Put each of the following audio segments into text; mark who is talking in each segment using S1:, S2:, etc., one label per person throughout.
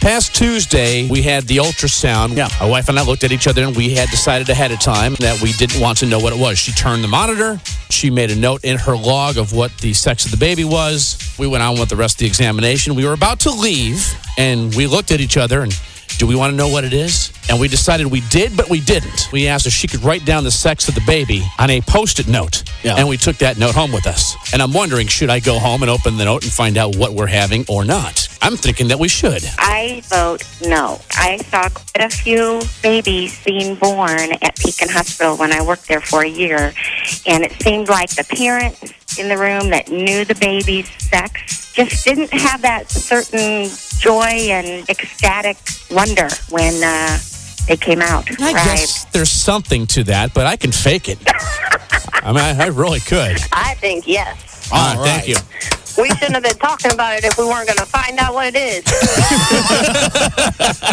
S1: past Tuesday, we had the ultrasound.
S2: Yeah.
S1: My wife and I looked at each other and we had decided ahead of time that we didn't want to know what it was. She turned the monitor. She made a note in her log of what the sex of the baby was. We went on with the rest of the examination. We were about to leave and we looked at each other and do we want to know what it is? And we decided we did, but we didn't. We asked if she could write down the sex of the baby on a post it note.
S2: Yeah.
S1: And we took that note home with us. And I'm wondering, should I go home and open the note and find out what we're having or not? I'm thinking that we should.
S3: I vote no. I saw quite a few babies being born at Pekin Hospital when I worked there for a year, and it seemed like the parents in the room that knew the baby's sex just didn't have that certain joy and ecstatic wonder when uh, they came out.
S1: I
S3: right.
S1: guess there's something to that, but I can fake it. I mean, I, I really could.
S4: I think yes.
S1: All right,
S2: All
S1: Thank
S2: right.
S1: you.
S4: We shouldn't have been talking about it if we weren't going to find out what it is.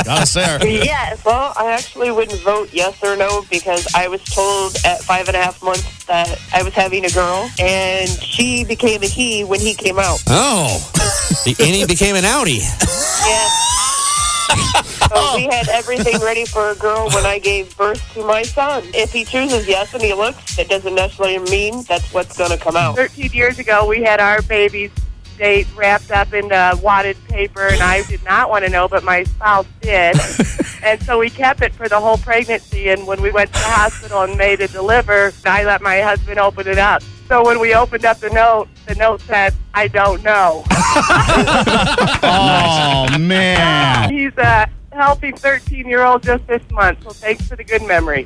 S2: Got us there.
S4: yes.
S5: Well, I actually wouldn't vote yes or no because I was told at five and a half months that I was having a girl, and she became a he when he came out.
S1: Oh, the innie became an outie.
S5: Yeah. So we had everything ready for a girl when I gave birth to my son. If he chooses yes and he looks, it doesn't necessarily mean that's what's going to come out.
S6: 13 years ago, we had our baby's date wrapped up in uh, wadded paper, and I did not want to know, but my spouse did. and so we kept it for the whole pregnancy. And when we went to the hospital and made it deliver, I let my husband open it up. So when we opened up the note, the note said, I don't know.
S2: Oh, man.
S6: He's a healthy 13 year old just this month, so thanks for the good memory.